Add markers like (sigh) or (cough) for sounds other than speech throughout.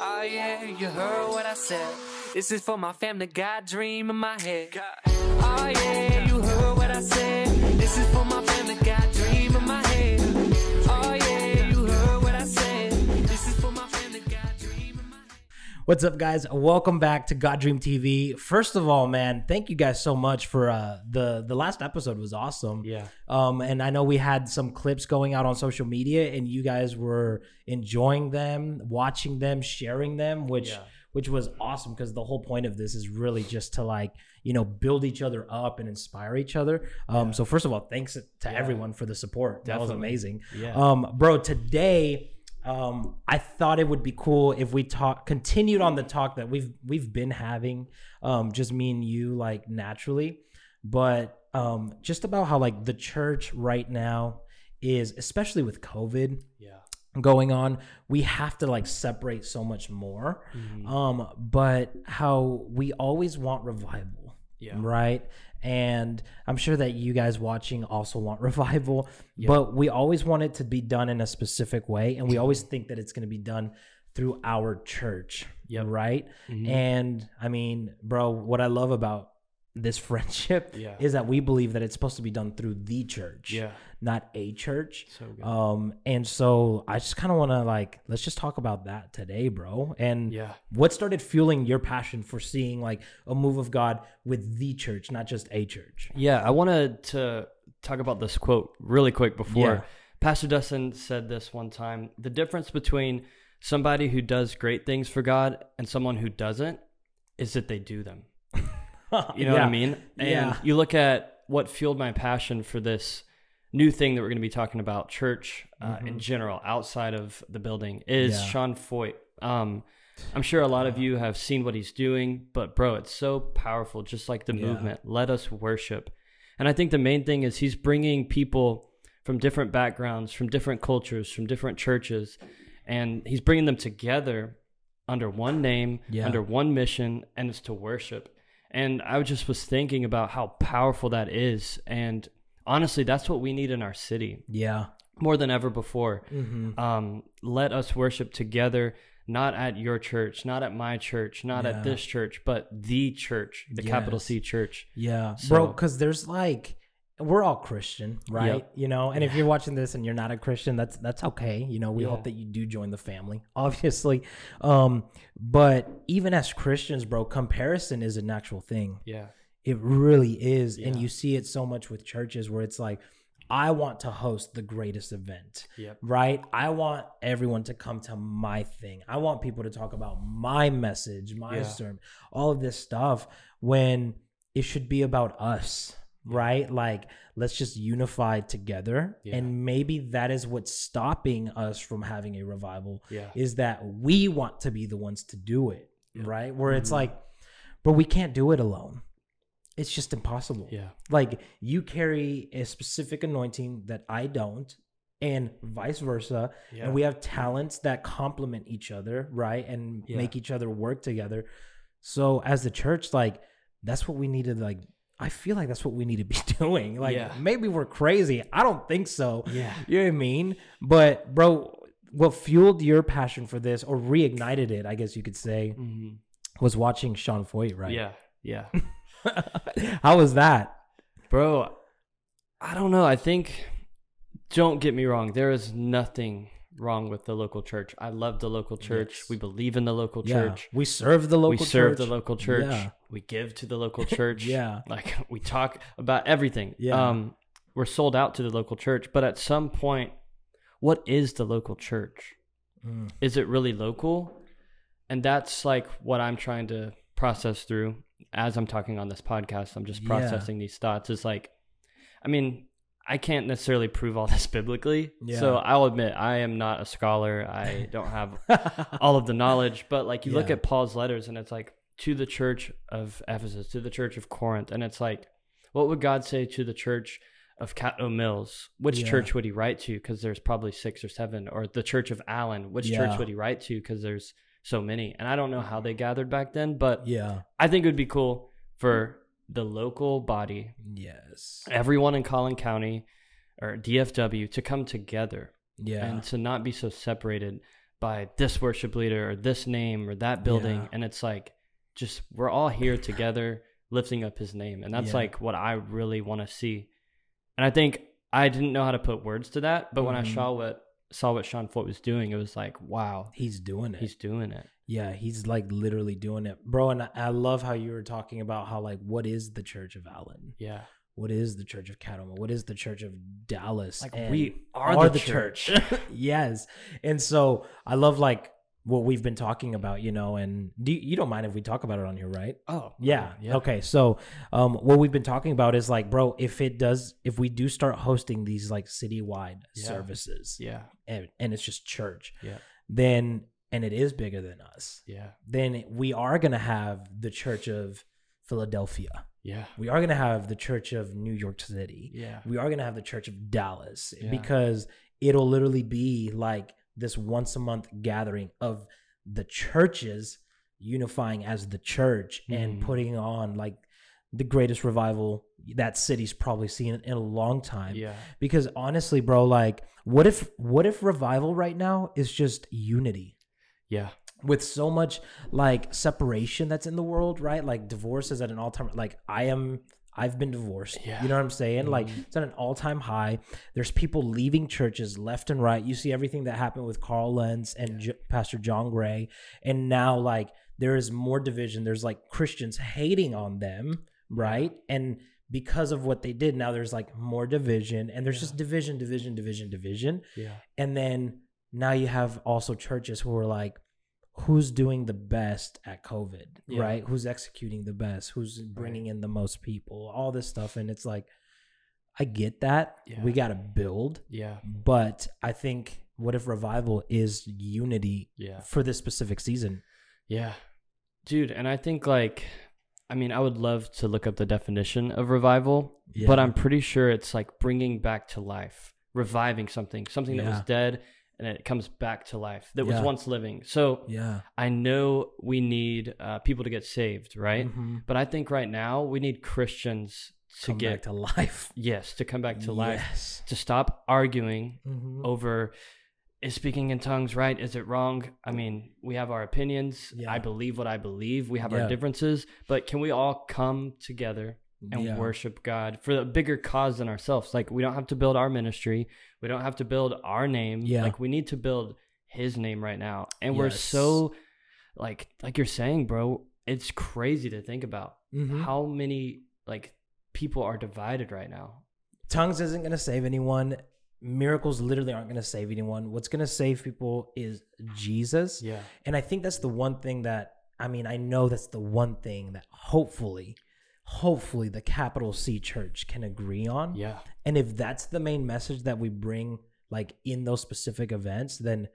Oh yeah, you heard what I said. This is for my family, God dream in my head. Oh yeah, you heard what I said. This is for my family, God dream in my head. Oh yeah, you heard what I said. This is for my family, God dream in my head. What's up, guys? Welcome back to God Dream TV. First of all, man, thank you guys so much for uh, the the last episode was awesome. Yeah. Um, and I know we had some clips going out on social media, and you guys were enjoying them, watching them, sharing them, which Yeah. which was awesome because the whole point of this is really just to like you know build each other up and inspire each other. Um, so first of all, thanks to everyone for the support. That was Definitely. amazing. Yeah. Um, bro, today, um, I thought it would be cool if we talk continued on the talk that we've we've been having, um, just me and you, like naturally, but um, just about how like the church right now is, especially with COVID Yeah. going on, we have to like separate so much more. Mhm. Um, but how we always want revival Yeah. right? And I'm sure that you guys watching also want (laughs) revival, Yeah. but we always want it to be done in a specific way, and we always think that it's going to be done through our church, Yep. right? Mhm. And I mean, bro, what I love about this (laughs) friendship Yeah. is that we believe that it's supposed to be done through the church, Yeah. not a church. So good. Um, and so I just kind of want to like let's just talk about that today, bro. And Yeah. what started fueling your passion for seeing like a move of God with the church, not just a church? (laughs) Yeah, I wanted to talk about this quote really quick before. Yeah. Pastor Dustin said this one time the difference between somebody who does great things for God and someone who doesn't is that they do them. (laughs) You know what Yeah. I mean? And Yeah. you look at what fueled my passion for this new thing that we're going to be talking about, church uh, in general, outside of the building, is Mm-hmm. Yeah. Sean Foyt. Um, I'm sure a lot of you have seen what he's doing, but bro, it's so powerful, just like the Yeah. movement. Let us worship. And I think the main thing is he's bringing people from different backgrounds, from different cultures, from different churches, and he's bringing them together under one name, Yeah. under one mission, and it's to worship. And I just was thinking about how powerful that is. And honestly, that's what we need in our city Yeah. more than ever before. Mm-hmm. Um, let us worship together, not at your church, not at my church, not Yeah. at this church, but the church, the capital Yes. C church. Yeah. Bro, So- because there's like we're all Christian, right? Yep. You know, and if you're watching this and you're not a Christian, that's that's okay. You know, we Yeah. hope that you do join the family, (laughs) obviously. Um, but even as Christians, bro, comparison is an actual thing. Yeah. It really is. And Yeah. you see it so much with churches where it's like, I want to host the greatest event, Yep. right? I want everyone to come to my thing. I want people to talk about my message, my Yeah. sermon, all of this stuff when it should be about us, right? Like, let's just unify together. Yeah. And maybe that is what's stopping us from having a revival Yeah. is that we want to be the ones to do it, Yeah. right? Where it's Mhm. like, but we can't do it alone. It's just impossible. Yeah. Like you carry a specific anointing that I don't, and vice versa. Yeah. And we have talents that complement each other, right? And Yeah. make each other work together. So as the church, like that's what we need to like. I feel like that's what we need to be (laughs) doing. Like Yeah. maybe we're crazy. I don't think so. Yeah. You know what I mean? But bro, what fueled your passion for this or reignited it, I guess you could say, Mhm. was watching Sean Foyt, right? Yeah. Yeah. (laughs) How was that? Bro, I don't know. I think, don't get me wrong, there is nothing wrong with the local church. I love the local church. Yes. We believe in the local church. Yeah. We serve the local we serve church. the local church. Yeah. We give to the local church. (laughs) Yeah. Like we talk about everything. Yeah. Um, we're sold out to the local church. But at some point, what is the local church? Mm. Is it really local? And that's like what I'm trying to process through as I'm talking on this podcast. I'm just Yeah. processing these thoughts. It's like, I mean, I can't necessarily prove all this (laughs) biblically. Yeah. So I'll admit I am not a scholar. I don't have all of the knowledge. But like you look Yeah. at Paul's letters and it's like to the church of Ephesus, to the church of Corinth, and it's like, what would God say to the church of Catto Mills? Which Yeah. church would he write to? Because there's probably six or seven, or the church of Allen, which Yeah. church would he write to? Because there's so many. And I don't know how they gathered back then, but Yeah. I think it would be cool for the local body, Yes. everyone in Collin County or DFW to come together Yeah. and to not be so separated. by this worship leader or this name or that building Yeah. and it's like just we're all here together lifting up his name and that's Yeah. like what i really want to see and i think i didn't know how to put words to that but when i Mhm. saw what saw what sean Foyt was doing it was like wow He's doing it. he's doing it Yeah, he's like literally doing it, bro. And I, I love how you were talking about how like what is the Church of Allen? yeah What is the Church of Catawba? What is the Church of Dallas? like And- we are, are the, the church, (laughs) yes, and so I love like what we've been talking about, you know. And do you don't mind if we talk about it on here, right? (laughs) oh Yeah. Okay. So, um, what we've been talking about is like, bro, if it does, if we do start hosting these like citywide Yeah. services, yeah and, and it's just church, Yeah. then and it is bigger than us, yeah then we are gonna have the Church of Philadelphia. yeah We are gonna have the Church of New York City. yeah We are gonna have the Church of Dallas Yeah. because it'll literally be like this once a month gathering of the churches unifying as the church and Mhm. putting on like the greatest revival that city's probably seen in a long time yeah because honestly bro like what if what if revival right now is just unity yeah with so much like separation that's in the world right like divorce is at an all-time like i am i've been divorced Yeah. you know what i'm saying like Mhm. it's at an all-time high there's people leaving churches left and right you see everything that happened with carl lentz and J- pastor john gray and now like there is more division there's like christians hating on them right and because of what they did now there's like more division and there's Yeah. just division division division division yeah and then now you have also churches who are like, who's doing the best at COVID, Yeah. right? Who's executing the best? Who's bringing in the most people? All this stuff. And it's like, I get that. Yeah. We got to build. yeah But I think what if revival is unity yeah for this specific season? Yeah. Dude, and I think like I mean, I would love to look up the definition of revival, but I'm pretty sure it's like bringing back to life, reviving something, something that was Yeah. dead and it comes back to life that was Yeah. once living. So Yeah. I know we need uh, people to get saved, right? Mhm. But I think right now we need Christians to Come get back to life. yes to come (laughs) back to life, Oh. Yes. to stop arguing Mhm. over is speaking in tongues right? Is it wrong? I mean, we have our opinions. Yeah. I believe what I believe. We have Yeah. our differences, but can we all come together and Yeah. worship God for a bigger cause than ourselves? Like, we don't have to build our ministry, we don't have to build our name. Yeah. Like, we need to build His name right now. And we're Yes. so, like, like you're saying, bro, it's crazy to think about Mhm. how many, like, people are divided right now. tongues isn't going to save anyone miracles literally aren't going to save anyone what's going to save people is jesus Yeah. and i think that's the one thing that i mean i know that's the one thing that hopefully hopefully the capital c church can agree on Yeah. and if that's the main message that we bring like in those specific events then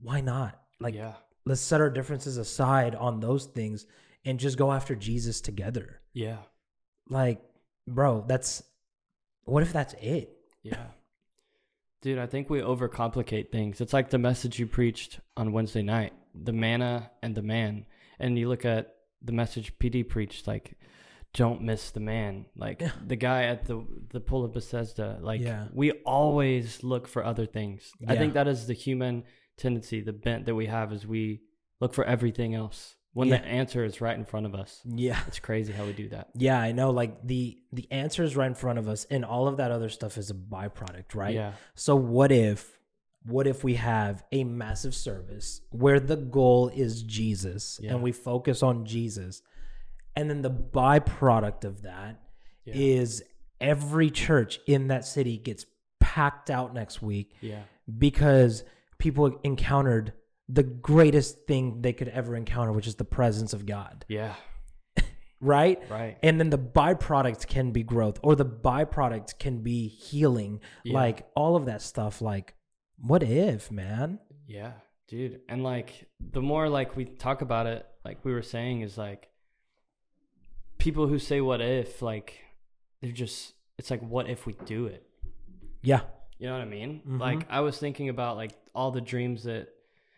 why not like yeah. let's set our differences aside on those things and just go after jesus together Yeah. like bro that's what if that's it Yeah. Dude, I think we overcomplicate things. It's like the message you preached on Wednesday night, the manna and the man. And you look at the message PD preached, like, don't miss the man. Like Yeah. the guy at the the pool of Bethesda. Like Yeah. we always look for other things. I Yeah. think that is the human tendency, the bent that we have is we look for everything else. When Yeah. the answer is right in front of us. yeah It's crazy how we do that. Yeah, I know. Like the the answer is right in front of us, and all of that other stuff is a byproduct, right? Yeah. So what if what if we have a massive service where the goal is Jesus Yeah. and we focus on Jesus, and then the byproduct of that Yeah. is every church in that city gets packed out next week Yeah. because people encountered the greatest thing they could ever encounter, which is the presence of God, Yeah. right? Right. and then the byproduct can be growth or the byproduct can be healing Yeah. like all of that stuff like what if man Yeah, dude. And like the more like we talk about it, like we were saying is like people who say what if, like they're just it's like what if we do it? yeah You know what I mean? Mhm. Like I was thinking about like all the dreams that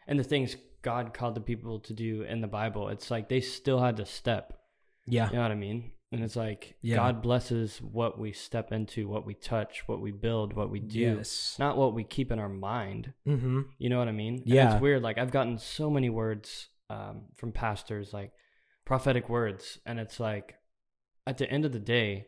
and the things God called the people to do in the Bible. It's like they still had to step. yeah You know what I mean? And it's like Yeah. God blesses what we step into, what we touch, what we build, what we do, Yes. not what we keep in our mind. Mm-hmm. You know what I mean? And Yeah. it's weird. Like I've gotten so many words um, from pastors, like prophetic words, and it's like at the end of the day,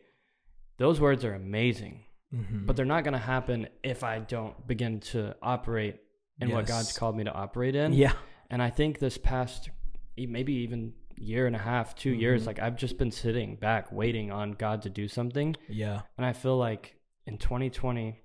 those words are amazing, Mm-hmm. but they're not going to happen if I don't begin to operate in what God's Yes. called me to operate in. yeah. And I think this past e- maybe even year and a half, 2 years, Mhm. like I've just been sitting back waiting on God to do something. Yeah. And I feel like in 2020,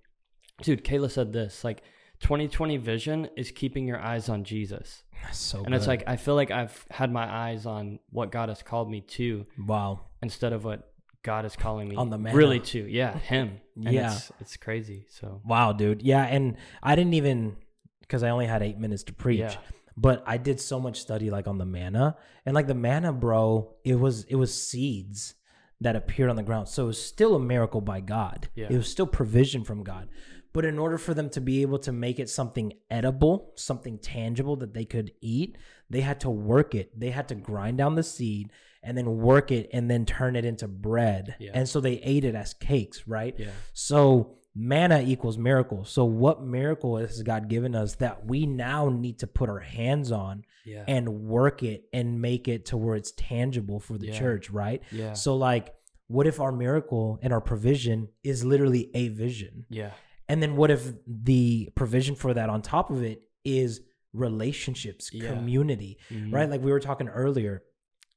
dude, Kayla said this like 2020 vision is keeping your eyes on Jesus. That's so And it's like, I feel like I've had my eyes on what God has called me to wow. instead of what God is calling me On the manna. really to. Yeah, Him. And Yeah. It's, it's crazy. So, Wow, dude. Yeah, and I didn't even because I only had eight minutes to preach. Yeah. But I did so much study like on the manna. And like the manna, bro, it was it was seeds that appeared on the ground. So it was still a miracle by God. Yeah. It was still provision from God. But in order for them to be able to make it something edible, something tangible that they could eat, they had to work it. They had to grind down the seed and then work it and then turn it into bread. Yeah. And so they ate it as cakes, right? yeah. So manna equals miracle. So what miracle has God given us that we now need to put our hands on Yeah. and work it and make it to where it's tangible for the Yeah. church, right? yeah. So like what if our miracle and our provision is literally a vision? yeah. And then what if the provision for that on top of it is relationships, Yeah. community, Mhm. right? Like we were talking earlier,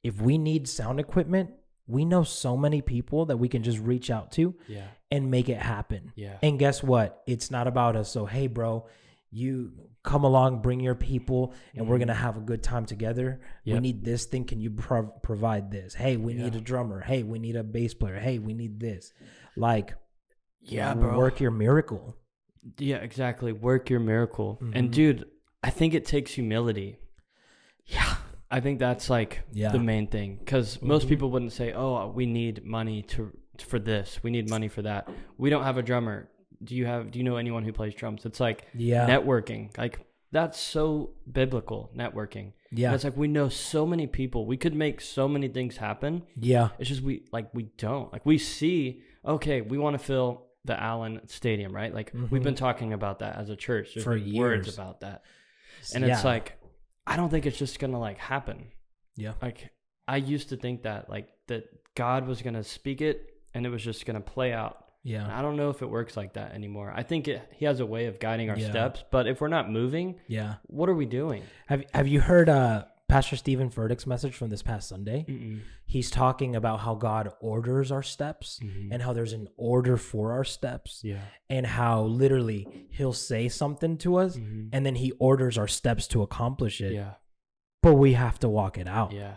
if we need sound equipment, we know so many people that we can just reach out to Yeah. and make it happen. Yeah. And guess what? It's not about us. So, hey, bro, you come along, bring your people, and we're going to have a good time together. We Mm-hmm. Yep. need this thing. Can you pro- provide this? Hey, we need Yeah. a drummer. Hey, we need a bass player. Hey, we need this. Like, Yeah, bro. Work your miracle. Yeah, exactly. Work your miracle. Mhm. And dude, I think it takes humility. Yeah. I think that's like Yeah. the main thing because most Mhm. people wouldn't say, "Oh, we need money to for this. We need money for that. We don't have a drummer. Do you have? Do you know anyone who plays drums?" It's like Yeah. networking. Like that's so biblical networking. yeah. And it's like we know so many people. We could make so many things happen. yeah. It's just we like we don't like we see. Okay, we want to fill the Allen Stadium, right? Like we've been talking about that as a church There's Mm-hmm. For been years. Words about that, and it's Yeah. like I don't think it's just gonna like happen. Yeah. Like I used to think that like that God was gonna speak it and it was just gonna play out. And Yeah. I don't know if it works like that anymore. I think it, He has a way of guiding our Yeah. steps, but if we're not moving, Yeah. what are we doing? Have, have you heard uh, Pastor Stephen Furtick's message from this past Sunday? Mm-mm. He's talking about how God orders our steps Mm-hmm. and how there's an order for our steps. Yeah. and how literally he'll say something to us Mhm. and then he orders our steps to accomplish it. Yeah. But we have to walk it out. Yeah.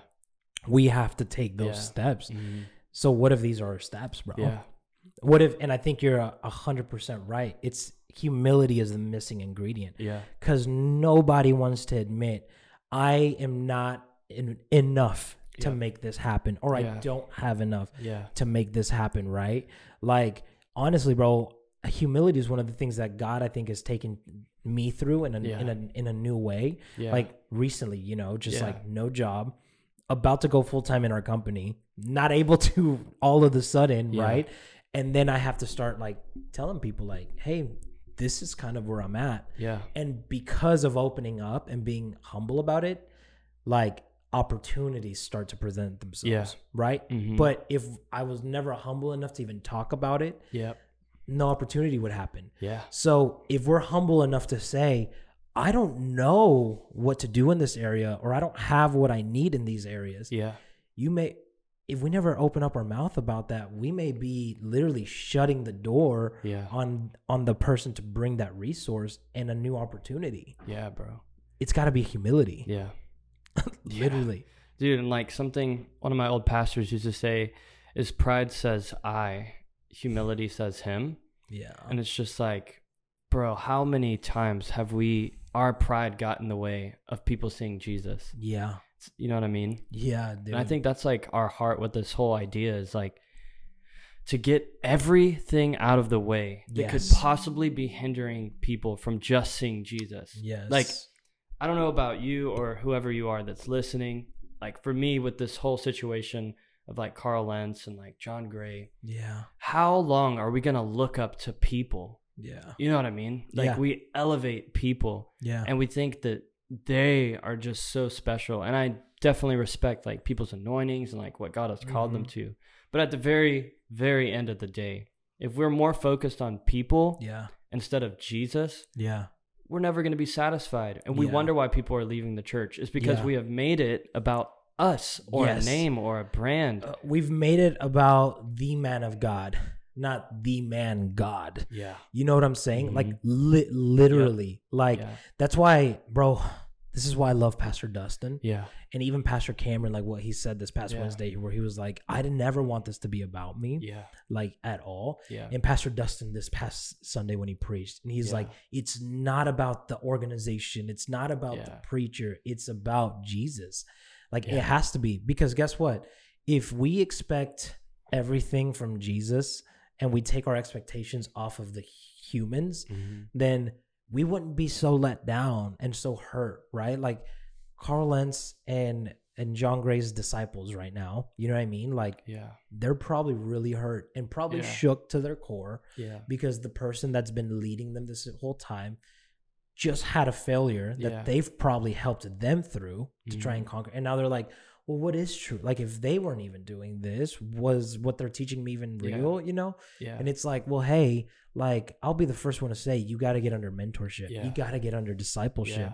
We have to take those Yeah. steps. Mhm. So what if these are our steps, bro? Yeah. What if and I think you're a a hundred percent right. It's humility is the missing ingredient. Yeah. Cause nobody wants to admit I am not in, enough to Yeah. make this happen or I Yeah. don't have enough Yeah. to make this happen, right? Like honestly, bro, humility is one of the things that God I think has taken me through in a Yeah. in a in a new way. Yeah. Like recently, you know, just Yeah. like no job, about to go full time in our company, not able to (laughs) all of the sudden, Yeah. right? And then I have to start like telling people like, "Hey, this is kind of where I'm at." Yeah. And because of opening up and being humble about it, like opportunities start to present themselves, Yeah. right? Mhm. But if I was never humble enough to even talk about it, Yep. no opportunity would happen. Yeah. So if we're humble enough to say, I don't know what to do in this area, or I don't have what I need in these areas, Yeah. you may, if we never open up our mouth about that, we may be literally shutting the door Yeah. on on the person to bring that resource and a new opportunity. Yeah, bro. It's got to be humility, Yeah. literally. Dude, and like something one of my old pastors used to say is pride says I, humility says him. Yeah. And it's just like, bro, how many times have we our pride got in the way of people seeing Jesus? Yeah. It's- You know what I mean? Yeah, dude. And I think that's like our heart with this whole idea is like to get everything out of the way that Yes. could possibly be hindering people from just seeing Jesus. yes. like, I don't know about you or whoever you are that's listening. Like for me, with this whole situation of like Carl Lentz and like John Gray. Yeah. How long are we gonna look up to people? Yeah. You know what I mean? Like Yeah. we elevate people Yeah. and we think that they are just so special. And I definitely respect like people's anointings and like what God has called them Mhm. to. But at the very, very end of the day, if we're more focused on people Yeah. instead of Jesus, Yeah. we're never going to be satisfied. And we Yeah. wonder why people are leaving the church. It's because Yeah. we have made it about us or Yes. a name or a brand. Uh, we've made it about the man of God, not the man God. yeah. You know what I'm saying? Like Mhm. li- literally, like yeah. that's why, bro. This is why I love Pastor Dustin Yeah. and even Pastor Cameron. Like what he said this past Yeah. Wednesday, where he was like, "I didn't never want this to be about me, Yeah. like at all." Yeah. And Pastor Dustin this past Sunday when he preached, and he's Yeah. like, "It's not about the organization. It's not about the Yeah. preacher. It's about Jesus." Like Yeah. it has to be because guess what? If we expect everything from Jesus and we take our expectations off of the humans, Mm-hmm. then we wouldn't be so let down and so hurt, right? Like Carl Lentz and and John Gray's disciples right now. You know what I mean? Like Yeah. they're probably really hurt and probably Yeah. shook to their core Yeah. because the person that's been leading them this whole time just had a failure that Yeah. they've probably helped them through to try Mhm. and conquer. And now they're like, well, what is true? Like, if they weren't even doing this, was what they're teaching me even Yeah. real, you know? Yeah. And it's like, well, hey, like, I'll be the first one to say, you got to get under mentorship. Yeah. You got to get under discipleship. yeah.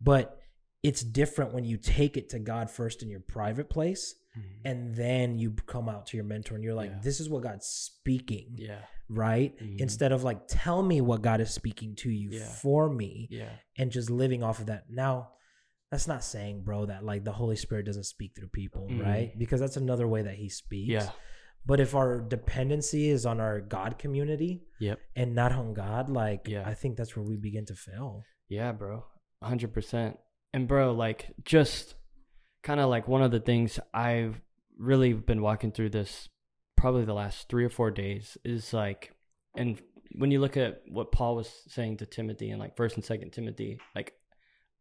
But it's different when you take it to God first in your private place Mhm. and then you come out to your mentor and you're like, Yeah. this is what God's speaking Yeah. right? Mhm. Instead of like, tell me what God is speaking to you Yeah. for me Yeah. and just living off of that. Now, that's not saying, bro, that like the Holy Spirit doesn't speak through people, Mhm. right? Because that's another way that He speaks. Yeah. But if our dependency is on our God community Yep. and not on God, like, Yeah. I think that's where we begin to fail. Yeah, bro. 100%. And bro, like just kind of like one of the things I've really been walking through this probably the last 3 or 4 days is like and when you look at what Paul was saying to Timothy in like 1st and 2nd Timothy, like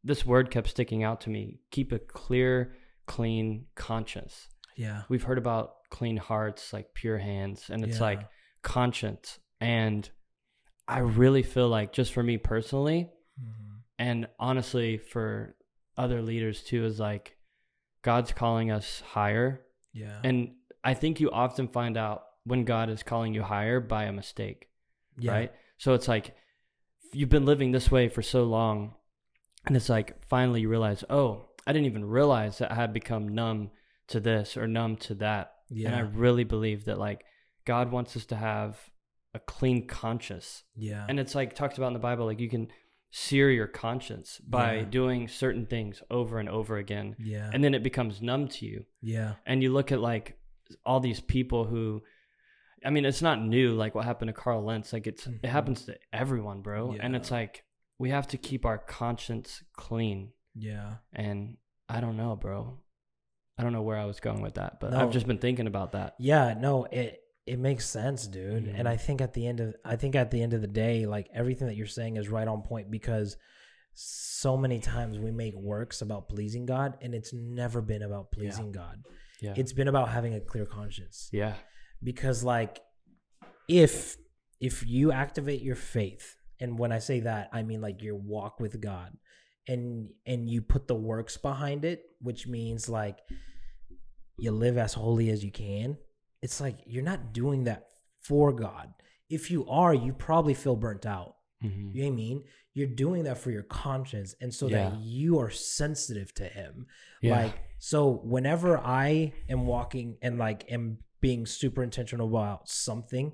this word kept sticking out to me, keep a clear, clean conscience. Yeah. We've heard about clean hearts, like pure hands, and it's Yeah. like conscience and I really feel like just for me personally, Mm-hmm. and honestly for other leaders too is like god's calling us higher Yeah. and i think you often find out when god is calling you higher by a mistake yeah. right so it's like you've been living this way for so long and it's like finally you realize oh i didn't even realize that i had become numb to this or numb to that and i Yeah. really believe that like god wants us to have a clean conscience Yeah. and it's like talked about in the bible like you can sear your conscience by Yeah. doing certain things over and over again yeah. and then it becomes numb to you yeah. and you look at like all these people who i mean it's not new like what happened to carl lentz like it's Mhm. it happens to everyone bro and Yeah. it's like we have to keep our conscience clean Yeah. and i don't know bro i don't know where i was going with that but No. i've just been thinking about that Yeah, no, it it makes sense, dude. And Mhm. I think at the end of I think at the end of the day, like everything that you're saying is right on point because so many times we make works about pleasing God and it's never been about pleasing God. yeah It's been about having a clear conscience. yeah Because like if if you activate your faith, and when I say that, I mean like your walk with God and and you put the works behind it, which means like you live as holy as you can. It's like you're not doing that for God. If you are, you probably feel burnt out. hmm You know what I mean? You're doing that for your conscience and so Yeah. that you are sensitive to him. yeah Like so whenever I am walking and like am being super intentional about something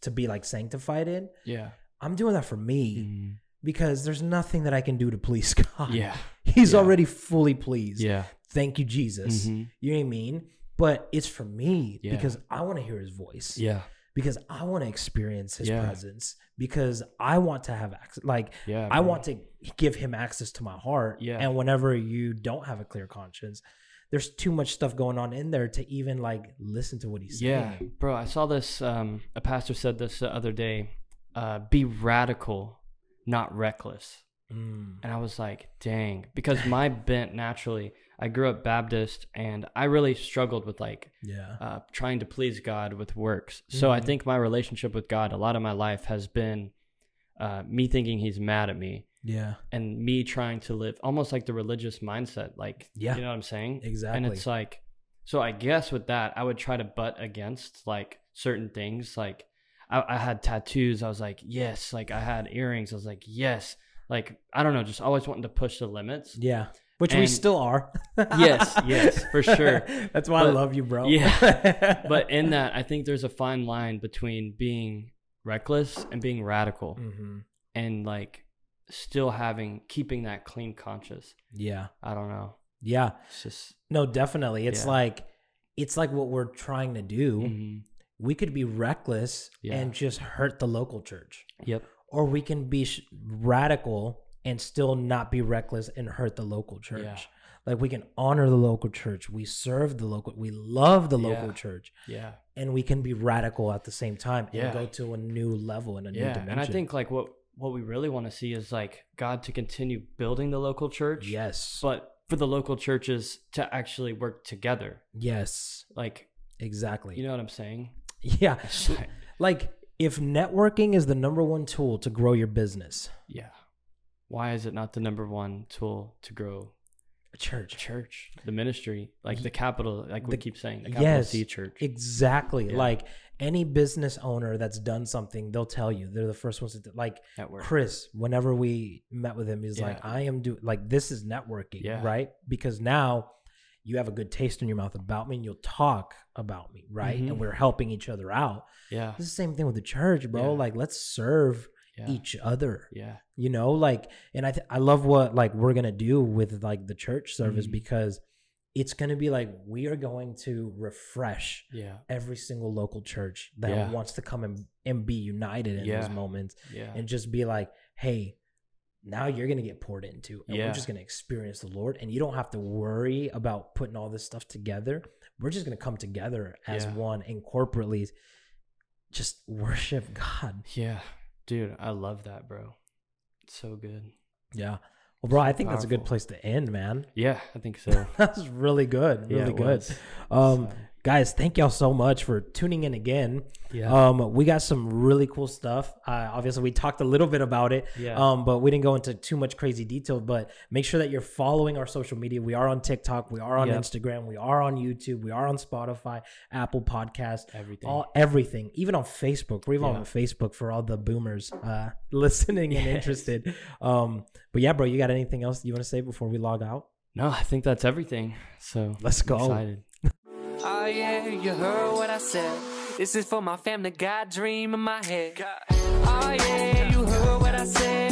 to be like sanctified in, yeah I'm doing that for me Mhm. because there's nothing that I can do to please (laughs) God. yeah He's Yeah. already fully pleased. yeah Thank you, Jesus. Mhm. You know what I mean? But it's for me Yeah. because I want to hear his voice. yeah Because I want to experience his Yeah. presence. Because I want to have access. Like yeah I bro. want to give him access to my heart. Yeah. And whenever you don't have a clear conscience, there's too much stuff going on in there to even like listen to what he's Yeah, saying. bro. I saw this. Um, a pastor said this the other day. Uh, be radical, not reckless. Mm. And I was like, dang, (laughs) because my bent naturally, I grew up Baptist and I really struggled with like Yeah. uh, trying to please God with works. So Mm-hmm. I think my relationship with God, a lot of my life has been uh, me thinking He's mad at me Yeah. and me trying to live almost like the religious mindset. Like, Yeah. you know what I'm saying? Exactly. And it's uh, like, so I guess with that, I would try to butt against like certain things. Like, I, I had tattoos. I was like, yes. Like, I had earrings. I was like, yes. Like, I don't know, just always wanting to push the limits. Yeah. Which we And- still are. (laughs) Yes, yes, (laughs) for sure. That's why I But- love you, bro. (laughs) Yeah. But (laughs) in that, I think there's a fine line between being reckless and being radical hmm and like still having, keeping that clean conscience. Yeah. I don't know. Yeah. It's just, No, definitely. It's Yeah. like it's like what we're trying to do. Mhm. We could be reckless Yeah. and just hurt the local church, yep. or we can be sh- radical and still not be reckless and hurt the local church. Yeah. Like we can honor the local church, we serve the local, we love the local Yeah. church, Yeah. and we can be radical at the same time and Yeah. go to a new level and a new yeah dimension. and i think like what what we really want to see is like god to continue building the local church yes, but for the local churches to actually work together yes, like exactly. you know what i'm saying (laughs) yeah, It's like- like if networking is the number one tool to grow your business, (laughs) yeah why is it not the number one tool to grow church, church the ministry like the capital like we The- keep saying the capital yes, c church Exactly. Yeah. Like any business owner that's done something, they'll tell you. They're the first ones to like network Chris, whenever we met with him, he's like, Yeah. I am do like this is networking, Yeah. right? Because now you have a good taste in your mouth about me and you'll talk about me, right? Mhm. And we're helping each other out. yeah It's the same thing with the church, bro. Yeah. Like let's serve yeah each other yeah you know like and i th- i love what like we're gonna do with like the church service Mhm. because it's gonna be like we are going to refresh yeah every single local church that Yeah. wants to come and, and be united in Yeah. those moments yeah and just be like hey now you're gonna get poured into and Yeah. we're just gonna experience the lord and you don't have to worry about putting all this stuff together we're just gonna come together as Yeah. one and corporately just worship (laughs) god yeah dude i love that bro it's so good Yeah. Well, bro, I think that's a good Powerful. place to end, man. (laughs) yeah i think so That was really good. Yeah, Really it good. was. Um, So, guys, thank y'all so much for tuning in again. yeah Um, we got some really cool stuff. Uh, obviously, we talked a little bit about it, Yeah. um, but we didn't go into too much crazy detail. But make sure that you're following our social media. We are on TikTok, we are on Yep. Instagram, we are on YouTube, we are on Spotify, Apple Podcasts, everything all everything, even on Facebook. We're even Yeah. on Facebook for all the boomers uh, (laughs) listening and interested. Um, but yeah, bro, you got anything else you want to say before we log out? No, I think that's everything. So Let's I'm go. Excited. Oh yeah, you heard what I said. This is for my family, God dream in my head. Oh yeah, you heard what I said. Oh,